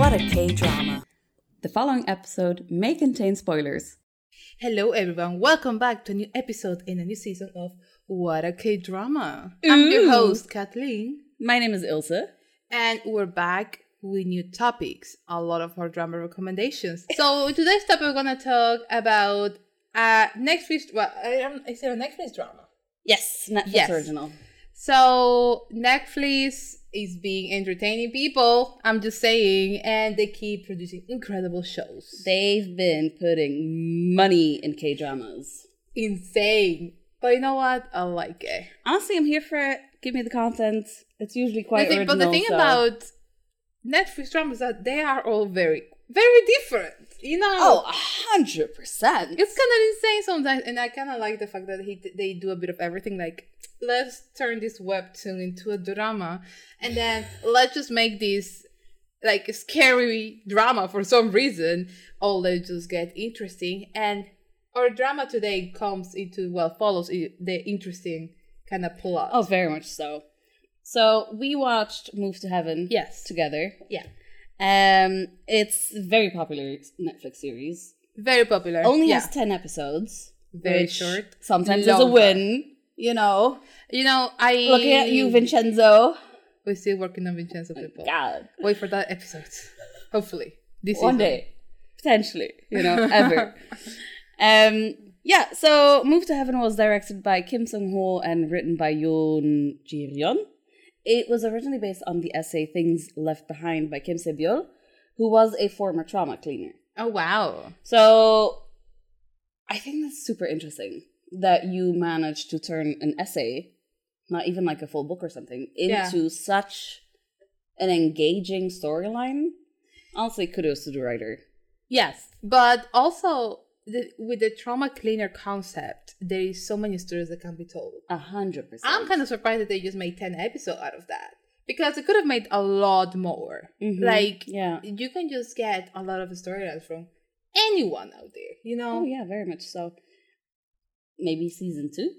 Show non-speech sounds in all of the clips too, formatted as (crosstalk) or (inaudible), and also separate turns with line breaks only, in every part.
Not a K drama. The following episode may contain spoilers.
Hello, everyone. Welcome back to a new episode in a new season of What a K Drama.
Ooh.
I'm your host, Kathleen,
My name is Ilse.
and we're back with new topics, a lot of our drama recommendations. So, today's topic, we're going to talk about uh, next week's, well, I don't- is it a next week's drama?
Yes, Netflix
Yes.
original.
So, Netflix is being entertaining people, I'm just saying, and they keep producing incredible shows.
They've been putting money in K dramas.
Insane. But you know what? I like it.
Honestly, I'm here for it. Give me the content. It's usually quite
The thing-
original.
but the thing
so-
about Netflix dramas is that they are all very, very different. You know,
oh, a hundred percent.
it's kind of insane sometimes, and I kind of like the fact that he they do a bit of everything. Like, let's turn this webtoon into a drama, and then let's just make this like scary drama for some reason. Or let's just get interesting. And our drama today comes into well follows i- the interesting kind of plot.
Oh, very much so. So we watched Move to Heaven.
Yes.
together.
yeah,
Um, it's a very popular Netflix series.
very popular.
Only
yeah.
has ten episodes.
Very
which
short.
Sometimes is a
Long
win. You know,
You know, I
looking at
Mm.
you, Vincenzo.
We're still working on Vincenzo people.
God,
Wait for that episode. (laughs) Hopefully, this
one
season.
day, potentially. You
(laughs)
know, ever. um. Yeah. So, Move to Heaven was directed by Kim Sung Ho and written by Yoon Ji Ryon. It was originally based on the essay "Things Left Behind" by Kim Se Byul, who was a former trauma cleaner.
Oh wow!
So I think that's super interesting that you managed to turn an essay, not even like a full book or something,
Yeah.
into such an engaging storyline. Honestly, kudos to the writer.
Yes, but also the, with the trauma cleaner concept, there is so many stories that can be told.
A hundred percent.
I'm kind of surprised that they just made ten episodes out of that because they could have made a lot more.
Mhm.
Like
Yeah.
you can just get a lot of storylines from anyone out there. You know?
Oh yeah, very much so. Maybe season two.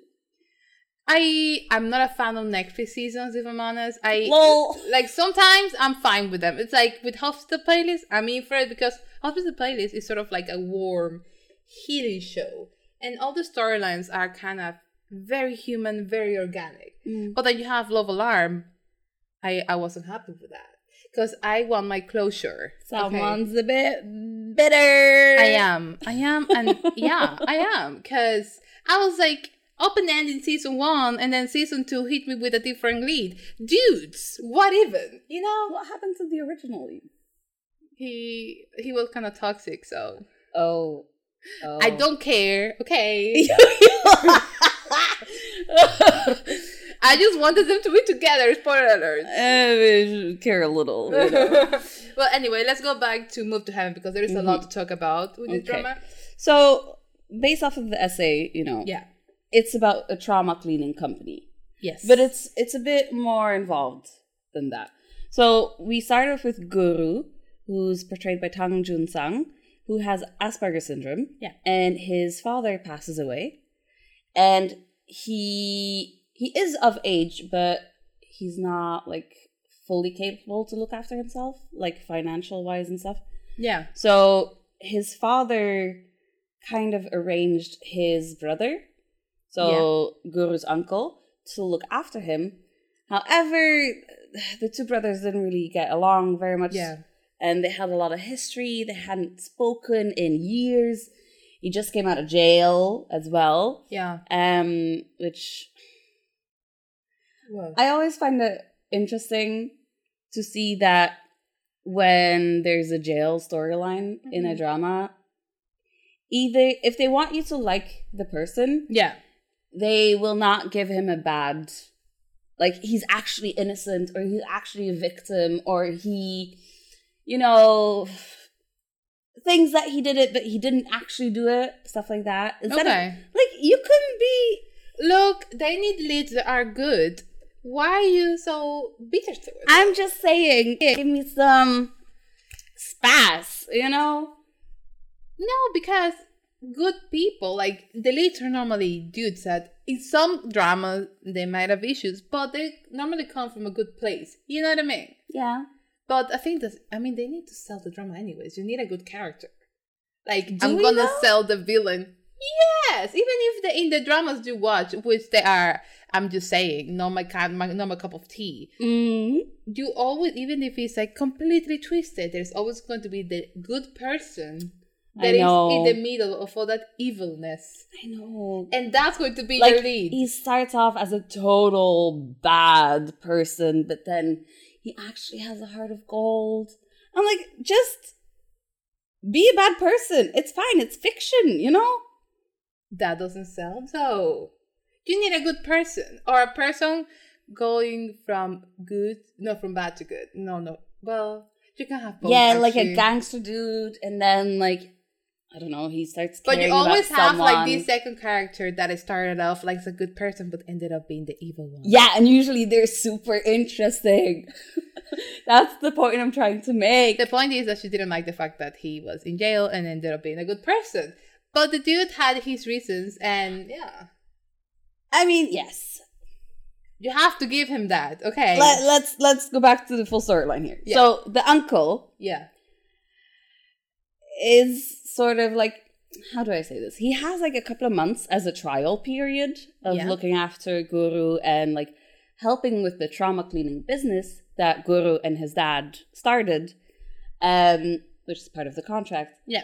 I I'm not a fan of Netflix seasons if I'm honest. I
Lol.
like sometimes I'm fine with them. It's like with Hospital Playlist, I'm in for it because Hospital Playlist is sort of like a warm, healing show, and all the storylines are kind of very human, very organic.
Mm.
But then you have Love Alarm. I I wasn't happy with that because I want my closure. Okay.
Someone's a bit bitter.
I am. I am. And (laughs) yeah, I am. Because I was like, open end in season one, and then season two hit me with a different lead. Dudes, what even? You know?
What happened to the original? lead?
He he was kind of toxic, so.
Oh. oh.
I don't care, okay? (laughs)
(laughs)
I just wanted them to be together, spoiler alert.
Uh, we should care a little. you know.
(laughs) well, anyway, let's go back to Move to Heaven because there is a lot to talk about with this
Okay.
drama.
so, based off of the essay, you know,
Yeah.
it's about a trauma cleaning company,
Yes.
but it's it's a bit more involved than that. So we start off with Guru, who's portrayed by Tang Jun Sang, who has Asperger's syndrome,
Yeah.
and his father passes away, and he he is of age, but he's not like fully capable to look after himself, like financial wise and stuff.
Yeah.
So his father kind of arranged his brother, so Guru's uncle, to look after him. However, the two brothers didn't really get along very much.
Yeah.
And they had a lot of history. They hadn't spoken in years. He just came out of jail as well.
Yeah.
Um, which
Well,
I always find it interesting to see that when there's a jail storyline in a
Mhm.
drama, either if they want you to like the person,
yeah.
they will not give him a bad like he's actually innocent or he's actually a victim or he you know things that he did it but he didn't actually do it stuff like that instead
Okay.
of like you couldn't be
Look, they need leads that are good. Why are you so bitter to it?
I'm just saying, give me some spice, you know?
no, because good people, like the leads are normally dudes that in some drama they might have issues, but they normally come from a good place. You know what I mean?
Yeah.
But I think that I mean they need to sell the drama anyways. You need a good character. Like
Do
I'm
we
gonna
though?
sell the villain. Yes, even if the in the dramas you watch, which they are, I'm just saying, not my kind, my, not my cup of tea.
Mm.
You always, even if it's like completely twisted, there's always going to be the good person
I
that is
know.
in the middle of all that evilness,
I know.
and that's going to be your
Like
lead.
he starts off as a total bad person, but then he actually has a heart of gold. I'm like, just be a bad person. It's fine. It's fiction, you know.
that doesn't sell though. You need a good person or a person going from good, no, from bad to good. No, no. Well, you can have both.
yeah, like a
actually.
gangster dude, and then like I don't know, he starts.
But you
caring about
always have like
someone.
this second character that started off like a good person but ended up being the evil one.
Yeah, and usually they're super interesting. (laughs) That's the point I'm trying to make.
The point is that she didn't like the fact that he was in jail and ended up being a good person. But the dude had his reasons, and yeah,
I mean, yes.
you have to give him that. Okay.
Let, let's let's go back to the full storyline here.
Yeah.
So the uncle
yeah.
is sort of like how do I say this? He has like a couple of months as a trial period of
Yeah.
looking after Guru and like helping with the trauma cleaning business that Guru and his dad started, um, which is part of the contract.
Yeah.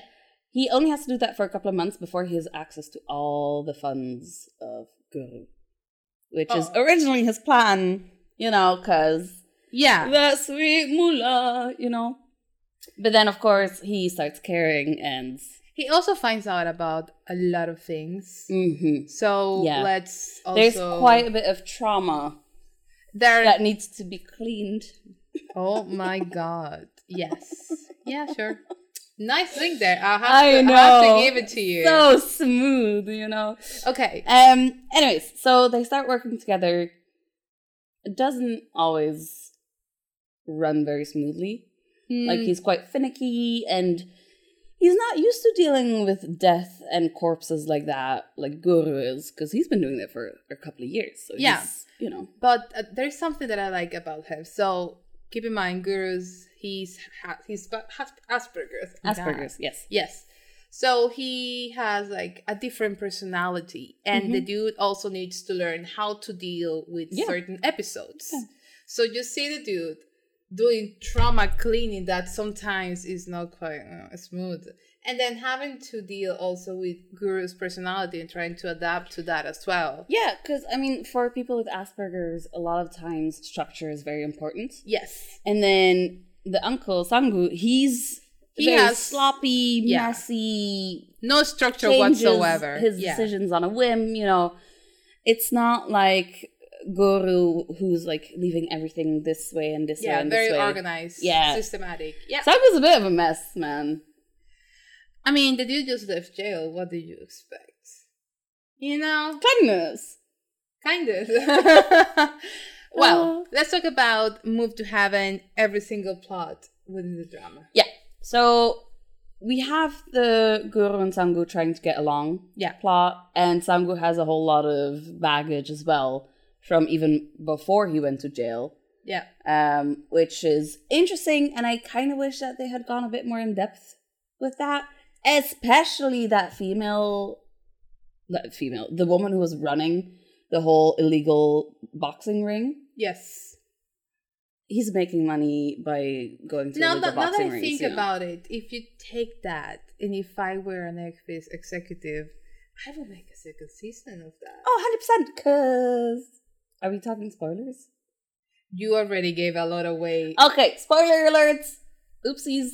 He only has to do that for a couple of months before he has access to all the funds of Guru, which is
Oh.
originally his plan, you know, because
Yeah.
the sweet mullah, you know. But then, of course, he starts caring and.
He also finds out about a lot of things.
Mhm.
So
Yeah.
let's Mm-hmm. also
There's quite a bit of trauma
there.
that needs to be cleaned.
oh my god! Yes. Yeah. Sure. Nice link there. I have,
I
to, I have
know.
to give it to you.
So smooth, you know.
okay.
Um. Anyways, so they start working together. It doesn't always run very smoothly. Like
Hmm.
he's quite finicky and he's not used to dealing with death and corpses like that, like Guru is, because he's been doing that for a couple of years. So
Yeah.
he's, you know.
But uh, there's something that I like about him. So keep in mind, Guru's he's ha- he's sp- has Asperger's.
Asperger's, yes.
Yes. So he has like a different personality, and the dude also needs to learn how to deal with
Mm-hmm. Yeah.
certain episodes.
Yeah.
So you see the dude doing trauma cleaning that sometimes is not quite uh, smooth, and then having to deal also with Guru's personality and trying to adapt to that as well.
Yeah, because I mean, for people with Asperger's, a lot of times structure is very important.
Yes.
And then the uncle Sangu, he's
He
very
has-
sloppy,
yeah.
messy,
No structure
changes
whatsoever.
his
yeah.
decisions on a whim. You know, it's not like Guru who's like leaving everything this way and this way
Yeah,
and
very
this way.
organized.
Yeah.
Systematic. Yeah.
Sangu's a bit of a mess, man.
I mean, the dude just left jail. What do you expect? You know,
Kindness.
kind of. (laughs) well,
Oh.
let's talk about Move to Heaven, every single plot within the drama.
Yeah. So we have the Guru and Sangu trying to get along
Yeah.
plot, and Sangu has a whole lot of baggage as well from even before he went to jail,
Yeah.
um, which is interesting. And I kind of wish that they had gone a bit more in depth with that, especially that female, that female, the woman who was running the whole illegal boxing ring.
Yes.
He's making money by going to
Now
illegal
that, now that
boxing
I
rings.
think
you know?
about it, if you take that and if I were an Netflix executive, I would make a second season of that.
Oh, 100%. Because. Are we talking spoilers?
You already gave a lot away.
Okay, spoiler alerts. Oopsies.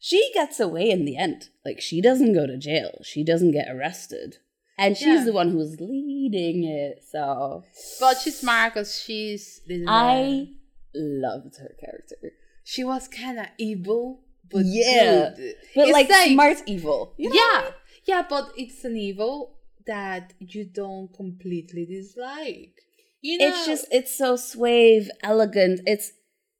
She gets away in the end. Like, she doesn't go to jail, she doesn't get arrested. And she's
Yeah.
the one who's leading it, so.
But she's smart because she's.
I loved her character.
she was kind of evil, but
Yeah.
good.
But,
It's
like, smart evil. You know?
yeah, yeah, but it's an evil that you don't completely dislike. You know,
It's just, it's so suave, elegant. It's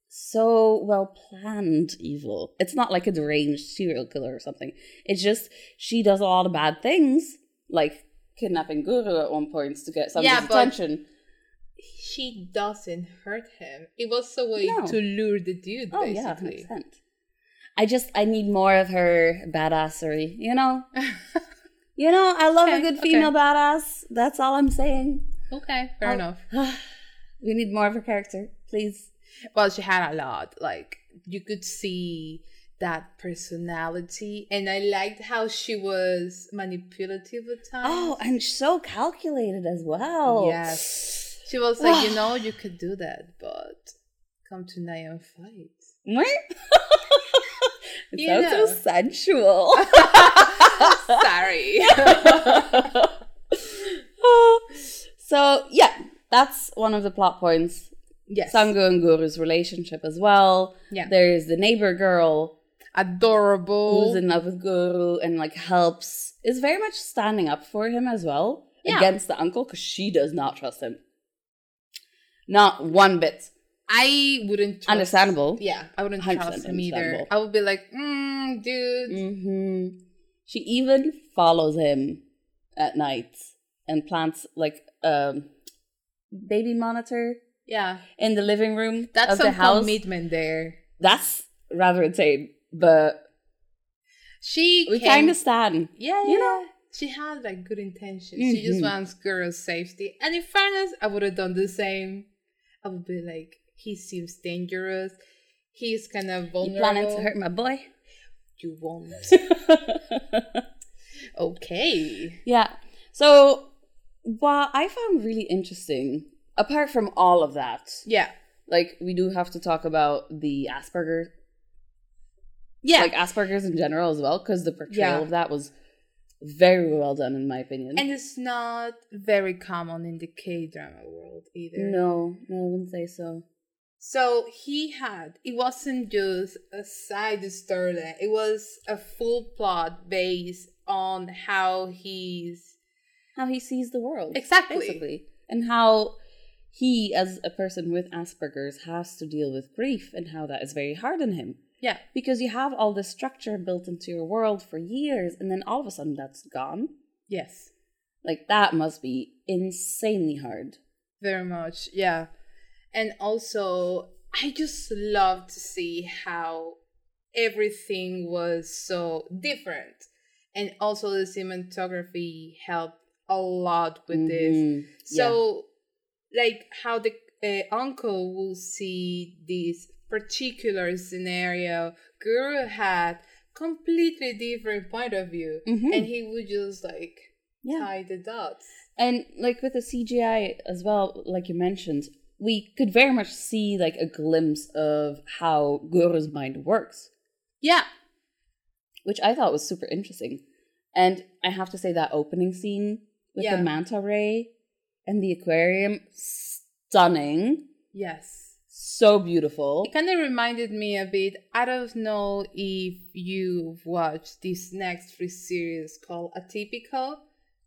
so well planned evil. It's not like a deranged serial killer or something. It's just she does a lot of bad things, like kidnapping Guru at one point to get somebody's
Yeah, but-
attention.
she doesn't hurt him. It was a way
No.
to lure the dude,
Oh yeah,
basically.
hundred percent. I just I need more of her badassery. You
(laughs)
know, you know. I love
Okay,
a good
okay.
female badass. That's all I'm saying.
okay, fair
I'll-
enough.
We need more of her character, please.
Well, she had a lot. Like you could see that personality, and I liked how she was manipulative at times.
Oh, and so calculated as well.
Yes. she was like, you know, you could do that, but come tonight and
(laughs)
fight.
it
You
sounds
know.
so
(laughs)
sensual.
Sorry.
so yeah, that's one of the plot points.
(laughs) yes.
Sango and Guru's relationship as well.
Yeah.
There's the neighbor girl
Adorable.
who's in love with Guru and like helps is very much standing up for him as well
Yeah.
against the uncle because she does not trust him. Not one bit.
I wouldn't trust.
Understandable.
Yeah, I wouldn't
100%
trust him either.
understandable.
I would be like, mm, dude.
hmm She even follows him at night and plants like a baby monitor
Yeah,
in the living room
that's
of the
some
house.
commitment there.
That's rather insane, but
She
we
came-
kind of stand.
yeah,
you
you
know?
know. She had like good intentions. She just
Mhm.
wants girls' safety. And in fairness, I would have done the same. I would be like, he seems dangerous. He's kind of
You
vulnerable.
planning to hurt my
(laughs)
boy?
You won't. (laughs) okay.
Yeah. So what I found really interesting, apart from all of that,
Yeah.
like we do have to talk about the Asperger,
Yeah.
like Asperger's in general as well, because the portrayal
Yeah.
of that was very well done in my opinion.
and it's not very common in the K drama world either.
no, no, I wouldn't say so.
So he had, it wasn't just a side story, it was a full plot based on how he's.
How he sees the world,
Exactly.
basically, and how he, as a person with Asperger's, has to deal with grief and how that is very hard on him.
Yeah.
because you have all this structure built into your world for years and then all of a sudden that's gone
Yes.
like that must be insanely hard
Very much. Yeah. And also, I just love to see how everything was so different. And also, the cinematography helped a lot with this.
Mhm. Yeah.
So, like how the uh, uncle will see this particular scenario, Guru had completely different point of view,
Mhm.
and he would just like
yeah
tie the dots.
and like with the cgi as well like you mentioned we could very much see like a glimpse of how guru's mind works
Yeah,
which i thought was super interesting and i have to say that opening scene with
Yeah.
the manta ray and the aquarium stunning
yes.
so beautiful
It kind of reminded me a bit. I don't know if you've watched this next free series called Atypical.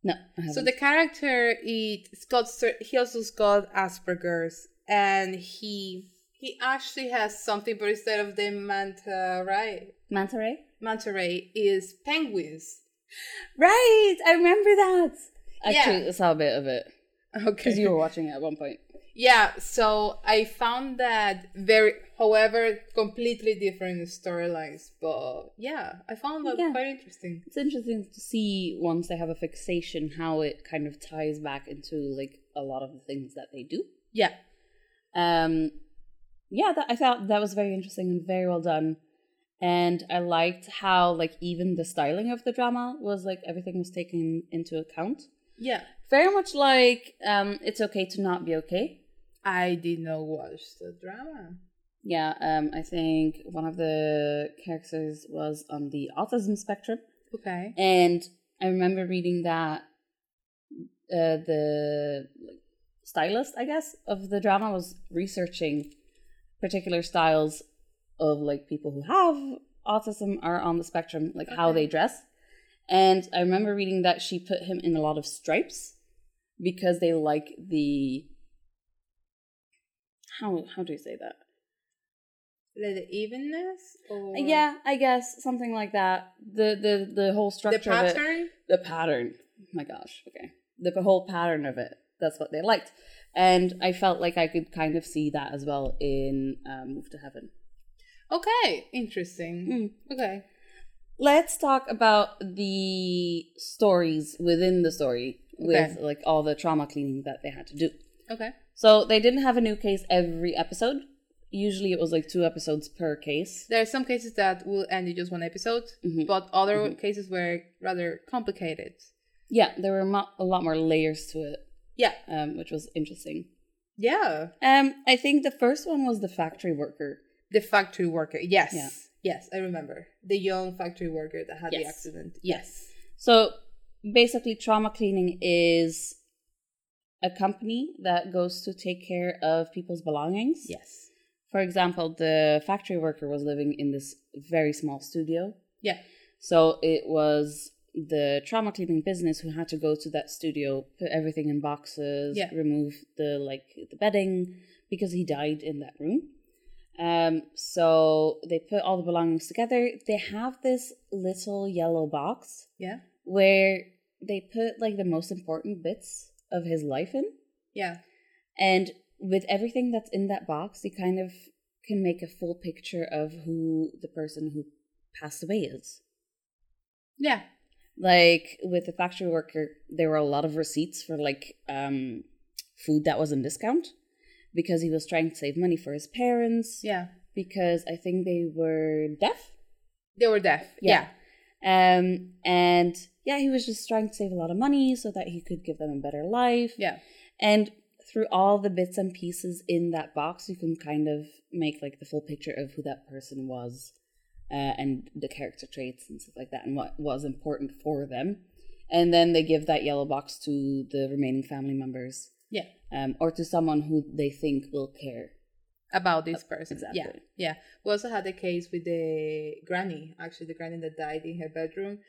no I
So
haven't.
the character is got cer- he also's got Asperger's and he he actually has something, but instead of the manta ray,
manta ray
manta ray is
(laughs)
penguins.
Right, I remember that.
Yeah.
Actually, I saw a bit of it because
Okay.
you were watching it at one point.
(laughs) Yeah. So I found that very, however, completely different storylines, but yeah, I found that
Yeah.
quite interesting.
It's interesting to see once they have a fixation how it kind of ties back into like a lot of the things that they do.
Yeah.
Um, yeah, that, I thought that was very interesting and very well done, and I liked how like even the styling of the drama was like everything was taken into account.
Yeah.
Very much like um, it's okay to not be okay.
I did not watch the drama.
Yeah, um, I think one of the characters was on the autism spectrum,
Okay.
and I remember reading that uh, the like, stylist, I guess, of the drama was researching particular styles of like people who have autism are on the spectrum, like how
Okay.
they dress. And I remember reading that she put him in a lot of stripes because they like the how how do you say that?
Like the evenness or
Yeah, I guess something like that. The the the whole
the
structure of it,
pattern.
the pattern. Oh my gosh, okay. The p- whole pattern of it. That's what they liked. And I felt like I could kind of see that as well in um, Move to Heaven.
Okay, interesting.
Mm.
Okay.
Let's talk about the stories within the story with
Okay.
like all the trauma cleaning that they had to do.
Okay.
So they didn't have a new case every episode. Usually it was like two episodes per case.
There are some cases that will end in just one episode,
Mhm.
but other cases were rather complicated.
Yeah, there were mo- a lot more layers to it,
Yeah.
um, which was interesting.
Yeah.
Um, I think the first one was the factory worker.
The factory worker. Yes.
Yeah.
Yes, I remember. The young factory worker that had the
Yes.
accident. Yes.
So basically, trauma cleaning is a company that goes to take care of people's belongings.
Yes.
For example, the factory worker was living in this very small studio.
Yeah.
So it was the trauma cleaning business who had to go to that studio, put everything in boxes,
Yeah.
remove the like the bedding because he died in that room. Um so they put all the belongings together. They have this little yellow box
Yeah.
where they put like the most important bits of his life in.
Yeah.
And with everything that's in that box, you kind of can make a full picture of who the person who passed away is.
Yeah.
Like with the factory worker, there were a lot of receipts for like um, food that was in discount because he was trying to save money for his parents
Yeah.
because I think they were deaf.
They were deaf. Yeah.
Yeah. Um, and yeah, he was just trying to save a lot of money so that he could give them a better life.
Yeah.
And through all the bits and pieces in that box, you can kind of make like the full picture of who that person was uh, and the character traits and stuff like that and what was important for them. And then they give that yellow box to the remaining family members
Yeah.
um, or to someone who they think will care.
About this person. Yeah.
exactly.
Yeah. We also had a case with the granny, actually, the granny that died in her bedroom.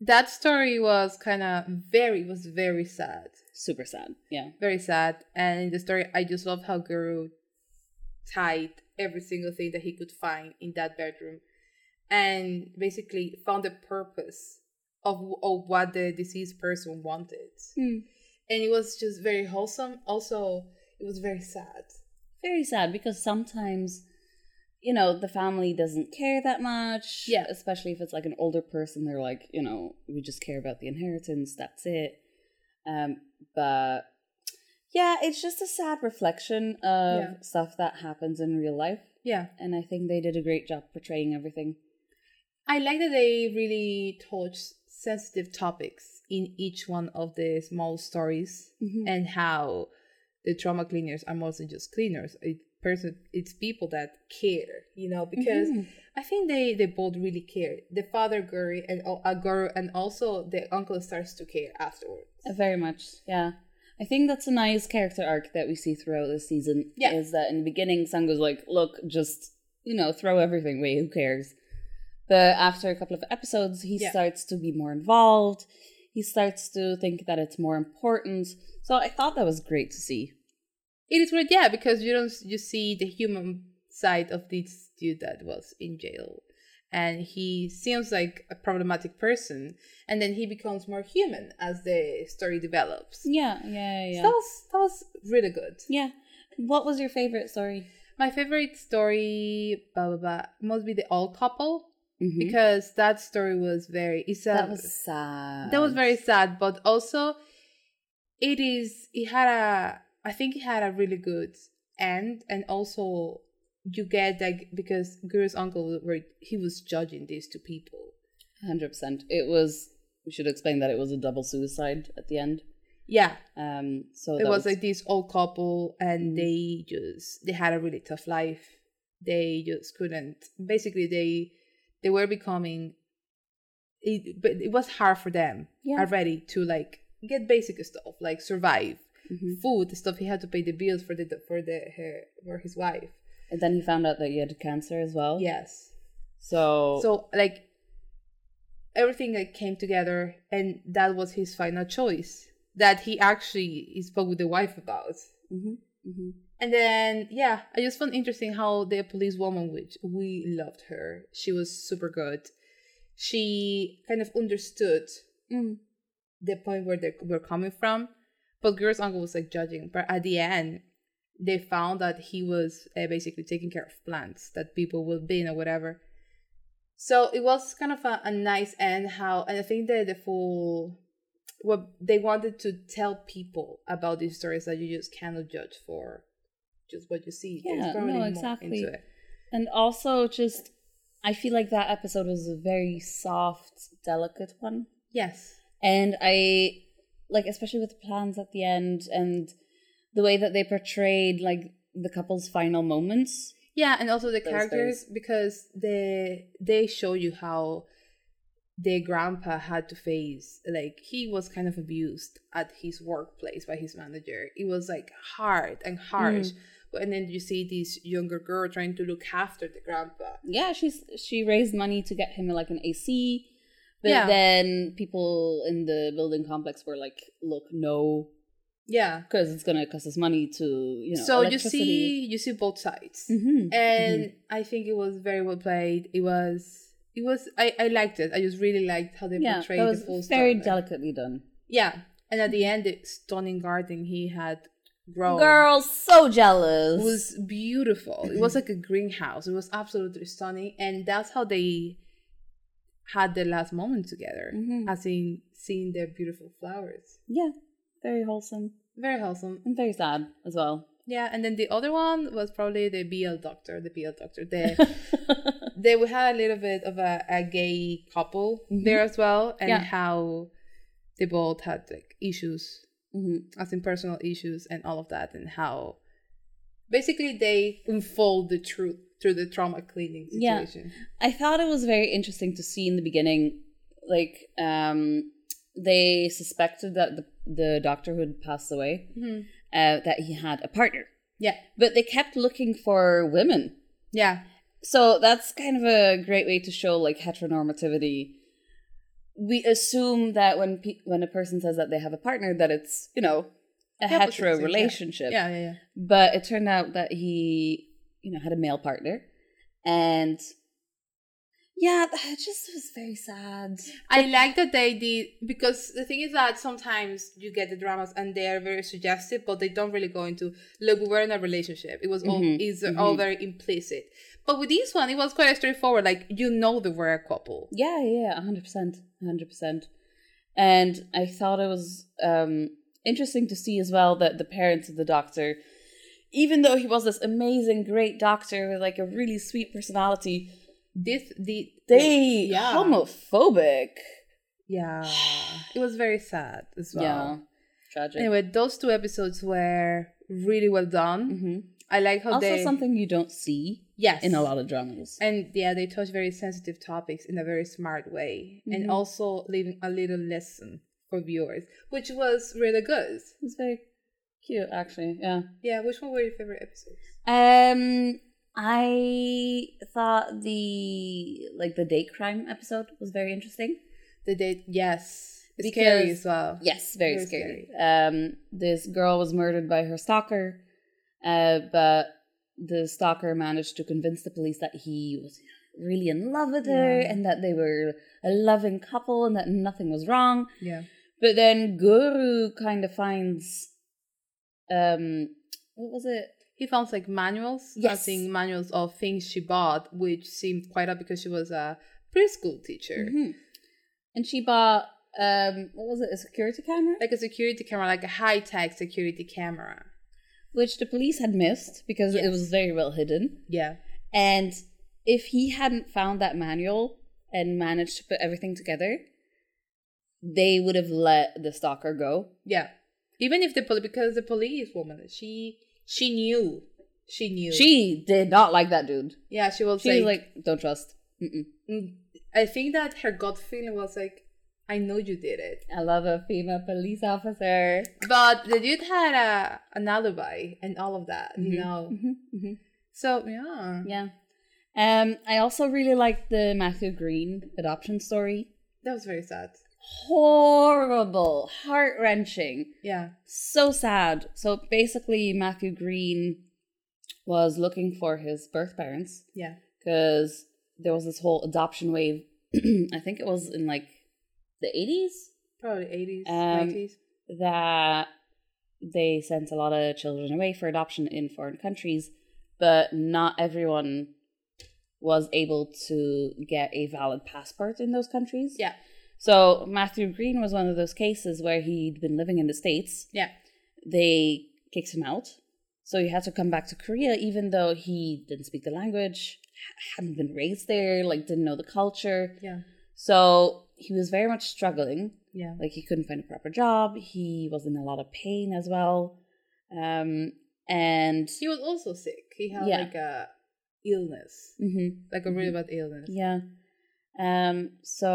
That story was kind of very, was very sad.
Super sad. Yeah.
very sad. And in the story, I just love how Guru tied every single thing that he could find in that bedroom, and basically found the purpose of, of what the deceased person wanted. And it was just very wholesome. Also, it was very sad.
very sad because sometimes you know the family doesn't care that much
Yeah.
especially if it's like an older person they're like you know we just care about the inheritance that's it um but yeah it's just a sad reflection of
Yeah.
stuff that happens in real life
Yeah,
and i think they did a great job portraying everything
I like that they really touched sensitive topics in each one of the small stories.
Mm.
and how the trauma cleaners are mostly just cleaners. It person it's people that care, you know, because
Mhm.
I think they they both really care. The father Guru and uh, uh, Guru and also the uncle starts to care afterwards.
Uh, very much yeah i think that's a nice character arc that we see throughout this season
Yeah.
is that in the beginning sango's like look just you know throw everything away who cares but after a couple of episodes he
Yeah.
starts to be more involved he starts to think that it's more important so i thought that was great to see
It is great, yeah, because you don't s- you see the human side of this dude that was in jail. And he seems like a problematic person, and then he becomes more human as the story develops.
yeah yeah yeah
So that was that was really good.
yeah what was your favorite story
My favorite story, blah blah blah, must be the old couple
Mhm.
because that story was very. It's a,
that was sad
that was very sad, but also it is. It had a. I think it had a really good end, and also you get like because Guru's uncle were he was judging these two people.
100% it was we should explain that it was a double suicide at the end
Yeah,
um so
it
that
was like this old couple, and
Mhm.
they just they had a really tough life. They just couldn't. Basically, they they were becoming. It, but it was hard for them
Yeah.
already to like get basic stuff like survive,
Mhm.
food stuff. He had to pay the bills for the for the her for his wife.
And then he found out that he had cancer as well.
Yes.
So,
So like everything like came together, and that was his final choice that he actually he spoke with the wife about.
Mhm, mhm.
And then yeah, I just found interesting how the police woman, which we loved her, she was super good.
Mm.
She kind of understood the point where they were coming from, But girl's uncle was like judging. But at the end, they found that he was uh, basically taking care of plants that people will bin or whatever. So it was kind of a, a nice end. How and I think that the full what they wanted to tell people about these stories that you just cannot judge for just what you see. There's
Yeah,
probably
no,
more
exactly.
into it.
And also, just I feel like that episode was a very soft, delicate one.
Yes.
And I like, especially with the plans at the end and the way that they portrayed like the couple's final moments.
Yeah, and also the
Those
characters because they they show you how their grandpa had to face like he was kind of abused at his workplace by his manager. It was like hard and harsh.
Mm.
But And then you see this younger girl trying to look after the grandpa.
Yeah, she's she raised money to get him like an AC. But
Yeah.
then people in the building complex were like, "Look, no,
Yeah.
because it's gonna cost us money to you know."
so you see you see both sides.
hmm
and I think it was very well played. It was it was I I liked it. I just really liked how they
yeah, that
portrayed the full
was very
storyline.
delicately done.
Yeah, and at the end, the stunning garden he had grown
Girl, so jealous.
was beautiful. It was like a greenhouse. It was absolutely stunning, and that's how they had their last moment together,
Mhm.
as in seeing their beautiful flowers.
yeah, very wholesome
Very wholesome.
and very sad as well.
Yeah, and then the other one was probably the BL doctor. The BL doctor. The
(laughs)
they we had a little bit of a, a gay couple there as well, and
Mm-hmm. Yeah.
how they both had like issues
hmm
as in personal issues and all of that and how basically they unfold the truth through the trauma cleaning
Yeah.
situation.
I thought it was very interesting to see in the beginning, like um, they suspected that the the doctor who had passed away
Yeah.
uh, that he had a partner,
Yeah.
but they kept looking for women.
Yeah.
So that's kind of a great way to show like heteronormativity. We assume that when pe- when a person says that they have a partner, that it's you know a
Yeah, but it's-
hetero
yeah.
relationship.
Yeah. Yeah.
But it turned out that he you know had a male partner, and yeah, (sighs) it just was very sad.
I like that they did because the thing is that sometimes you get the dramas and they are very suggestive, but they don't really go into look. We were in a relationship. It was all
Mhm,
is all
mhm.
very implicit. But with this one, it was quite straightforward. Like you know, they were a couple.
Yeah, yeah, yeah, 100%. 100%. And I thought it was um, interesting to see as well that the parents of the doctor, even though he was this amazing, great doctor with like a really sweet personality,
This the
they
Yeah.
homophobic.
yeah, it was very sad as well.
Yeah. Tragic.
Anyway, those two episodes were really well done.
hmm
I like how
also,
Oh, they
something you don't see
yes
in a lot of dramas.
and yeah they touch very sensitive topics in a very smart way and
Mhm.
also leaving a little lesson for viewers, which was really good.
It's very cute, actually. Yeah.
Yeah, which one were your favorite episodes?
Um, I thought the like the date crime episode was very interesting.
The date, yes, it's scary
Because-
as well.
Yes, very,
Very
scary. Um, this girl was murdered by her stalker, uh, but the stalker managed to convince the police that he was really in love with her
Yeah.
and that they were a loving couple and that nothing was wrong.
Yeah,
But then Guru kind of finds, um, what was it?
he found like manuals,
Yes.
yes, manuals of things she bought, which seemed quite up because she was a preschool teacher.
Mhm. And she bought um, what was it? A security camera,
Like a security camera, like a high tech security camera.
which the police had missed because it
Yes.
was very well hidden.
Yeah.
And if he hadn't found that manual and managed to put everything together, they would have let the stalker go.
Yeah. Even if the police, because the police woman, she she knew, she knew.
She did not like that dude.
yeah, she was
She was
like,
like, "Don't trust." Mm-mm.
"Mm." I think that her gut feeling was like, I know you did it,
I love a female police officer.
but the dude had a an alibi and all of that, you
Mhm.
know.
Mhm, mhm.
So yeah,
Yeah. Um, I also really liked the Matthew Green adoption story.
that was very sad.
horrible, heart wrenching,
Yeah,
so sad. So basically, Matthew Green was looking for his birth parents
yeah,
because there was this whole adoption wave. (clears throat) I think it was in like the 80s
probably eighties,
Um,
nineties.
that they sent a lot of children away for adoption in foreign countries, but not everyone was able to get a valid passport in those countries.
Yeah.
So Matthew Green was one of those cases where he'd been living in the States.
Yeah.
They kicked him out. So he had to come back to Korea, even though he didn't speak the language, hadn't been raised there, like didn't know the culture.
Yeah.
So he was very much struggling
Yeah.
like he couldn't find a proper job he was in a lot of pain as well um and
He was also sick. He had
Yeah.
like a illness,
Mhm,
like a really bad illness.
yeah um so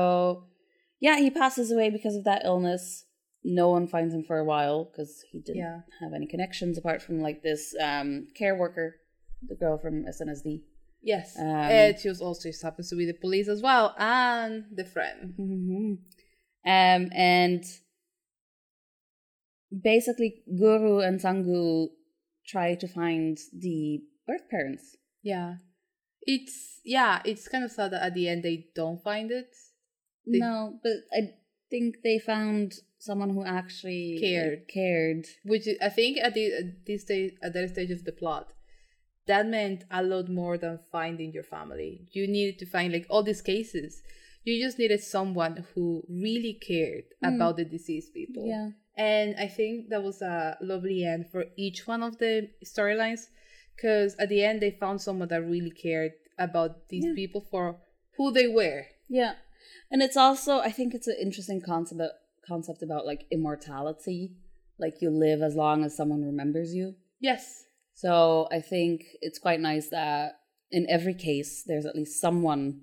yeah he passes away because of that illness no one finds him for a while because he didn't
Yeah.
have any connections apart from like this um care worker the girl from snsd
Yes.
Um,
and she was also just happens to be the police as well and the friend.
Mm-hmm. Um, and basically, Guru and Sangu try to find the birth parents.
Yeah. It's yeah, it's kind of sad that at the end they don't find it. They-
no, but I think they found someone who actually
Cared.
Cared.
Which is- I think at the at this stage at that stage of the plot, that meant a lot more than finding your family. You needed to find like all these cases. You just needed someone who really cared
Mm.
about the deceased people.
Yeah.
And I think that was a lovely end for each one of the storylines because at the end they found someone that really cared about these
Yeah.
people for who they were.
Yeah. And it's also, I think it's an interesting concept concept about like immortality. Like you live as long as someone remembers you.
Yes.
So I think it's quite nice that in every case, there's at least someone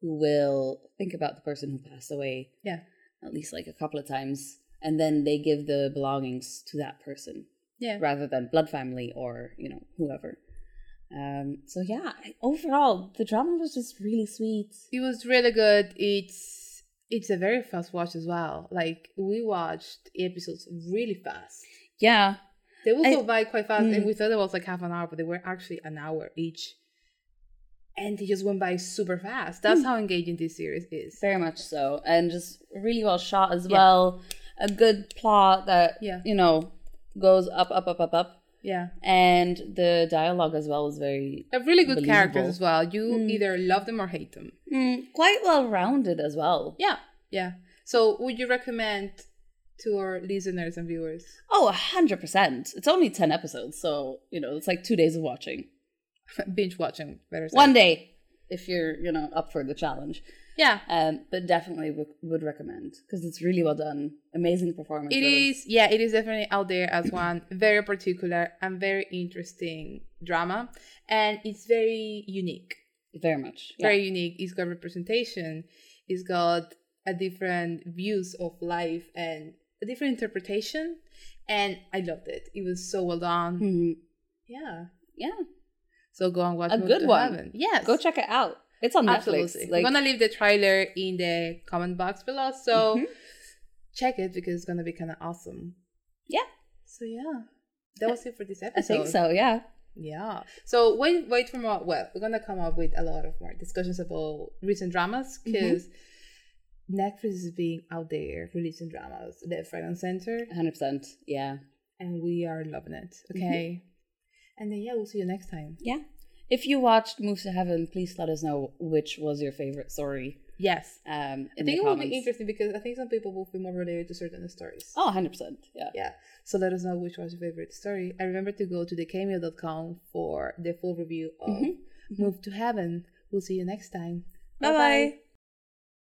who will think about the person who passed away.
Yeah.
At least like a couple of times. And then they give the belongings to that person
Yeah.
rather than blood family or, you know, whoever. Um, so yeah, I- overall, the drama was just really sweet.
It was really good. It's it's a very fast watch as well. Like we watched episodes really fast.
Yeah.
They will
I-
go by quite fast, and
Mm.
we thought it was like half an hour, but they were actually an hour each. And they just went by super fast. That's
Hmm.
how engaging this series is.
Very much so, and just really well shot as
Yeah.
well. A good plot that
Yeah.
you know goes up, up, up, up, up,
Yeah.
and the dialogue as well is very
They're really good characters
Believable.
as well. You
Mm.
either love them or hate them.
mm, quite well rounded as well.
Yeah. Yeah. So would you recommend to our listeners and viewers?
Oh, a hundred percent. It's only ten episodes, so you know it's like two days of watching.
Binge watching, better said.
One day, if you're you know up for the challenge,
Yeah.
um, but definitely w- would recommend because it's really well done. Amazing performance.
It is, yeah, it is definitely out there as one very particular and very interesting drama. And it's very unique.
very much. Yeah.
Very unique. It's got representation, it's got a different views of life and a different interpretation. And I loved it. It was so well done.
Mhm.
Yeah.
Yeah,
So go and watch
A
Move
good
to
one.
Heaven. Yes.
go check it out. It's on
Absolutely.
Netflix.
We're gonna leave the trailer in the comment box below. So
Mm-hmm.
check it because it's gonna be kinda awesome.
Yeah.
So yeah. That was it for this
I
episode.
think so. Yeah.
Yeah. So wait wait for more well, we're gonna come up with a lot of more discussions about recent dramas
Mm-hmm.
because Netflix is being out there releasing dramas left, right, and center,
hundred percent. Yeah.
and we are loving it.
Mm-hmm.
Okay, and then yeah, we'll see you next time.
Yeah. If you watched Move to Heaven, please let us know which was your favorite story.
Yes,
Um,
I
in
think
the
it will
comments.
be interesting because I think some people will feel more related to certain stories.
Oh, 100%. Yeah.
yeah so let us know which was your favorite story and remember to go to thecameo.com
Mm-hmm.
for the full review of move to heaven we'll see you next time
Bye bye.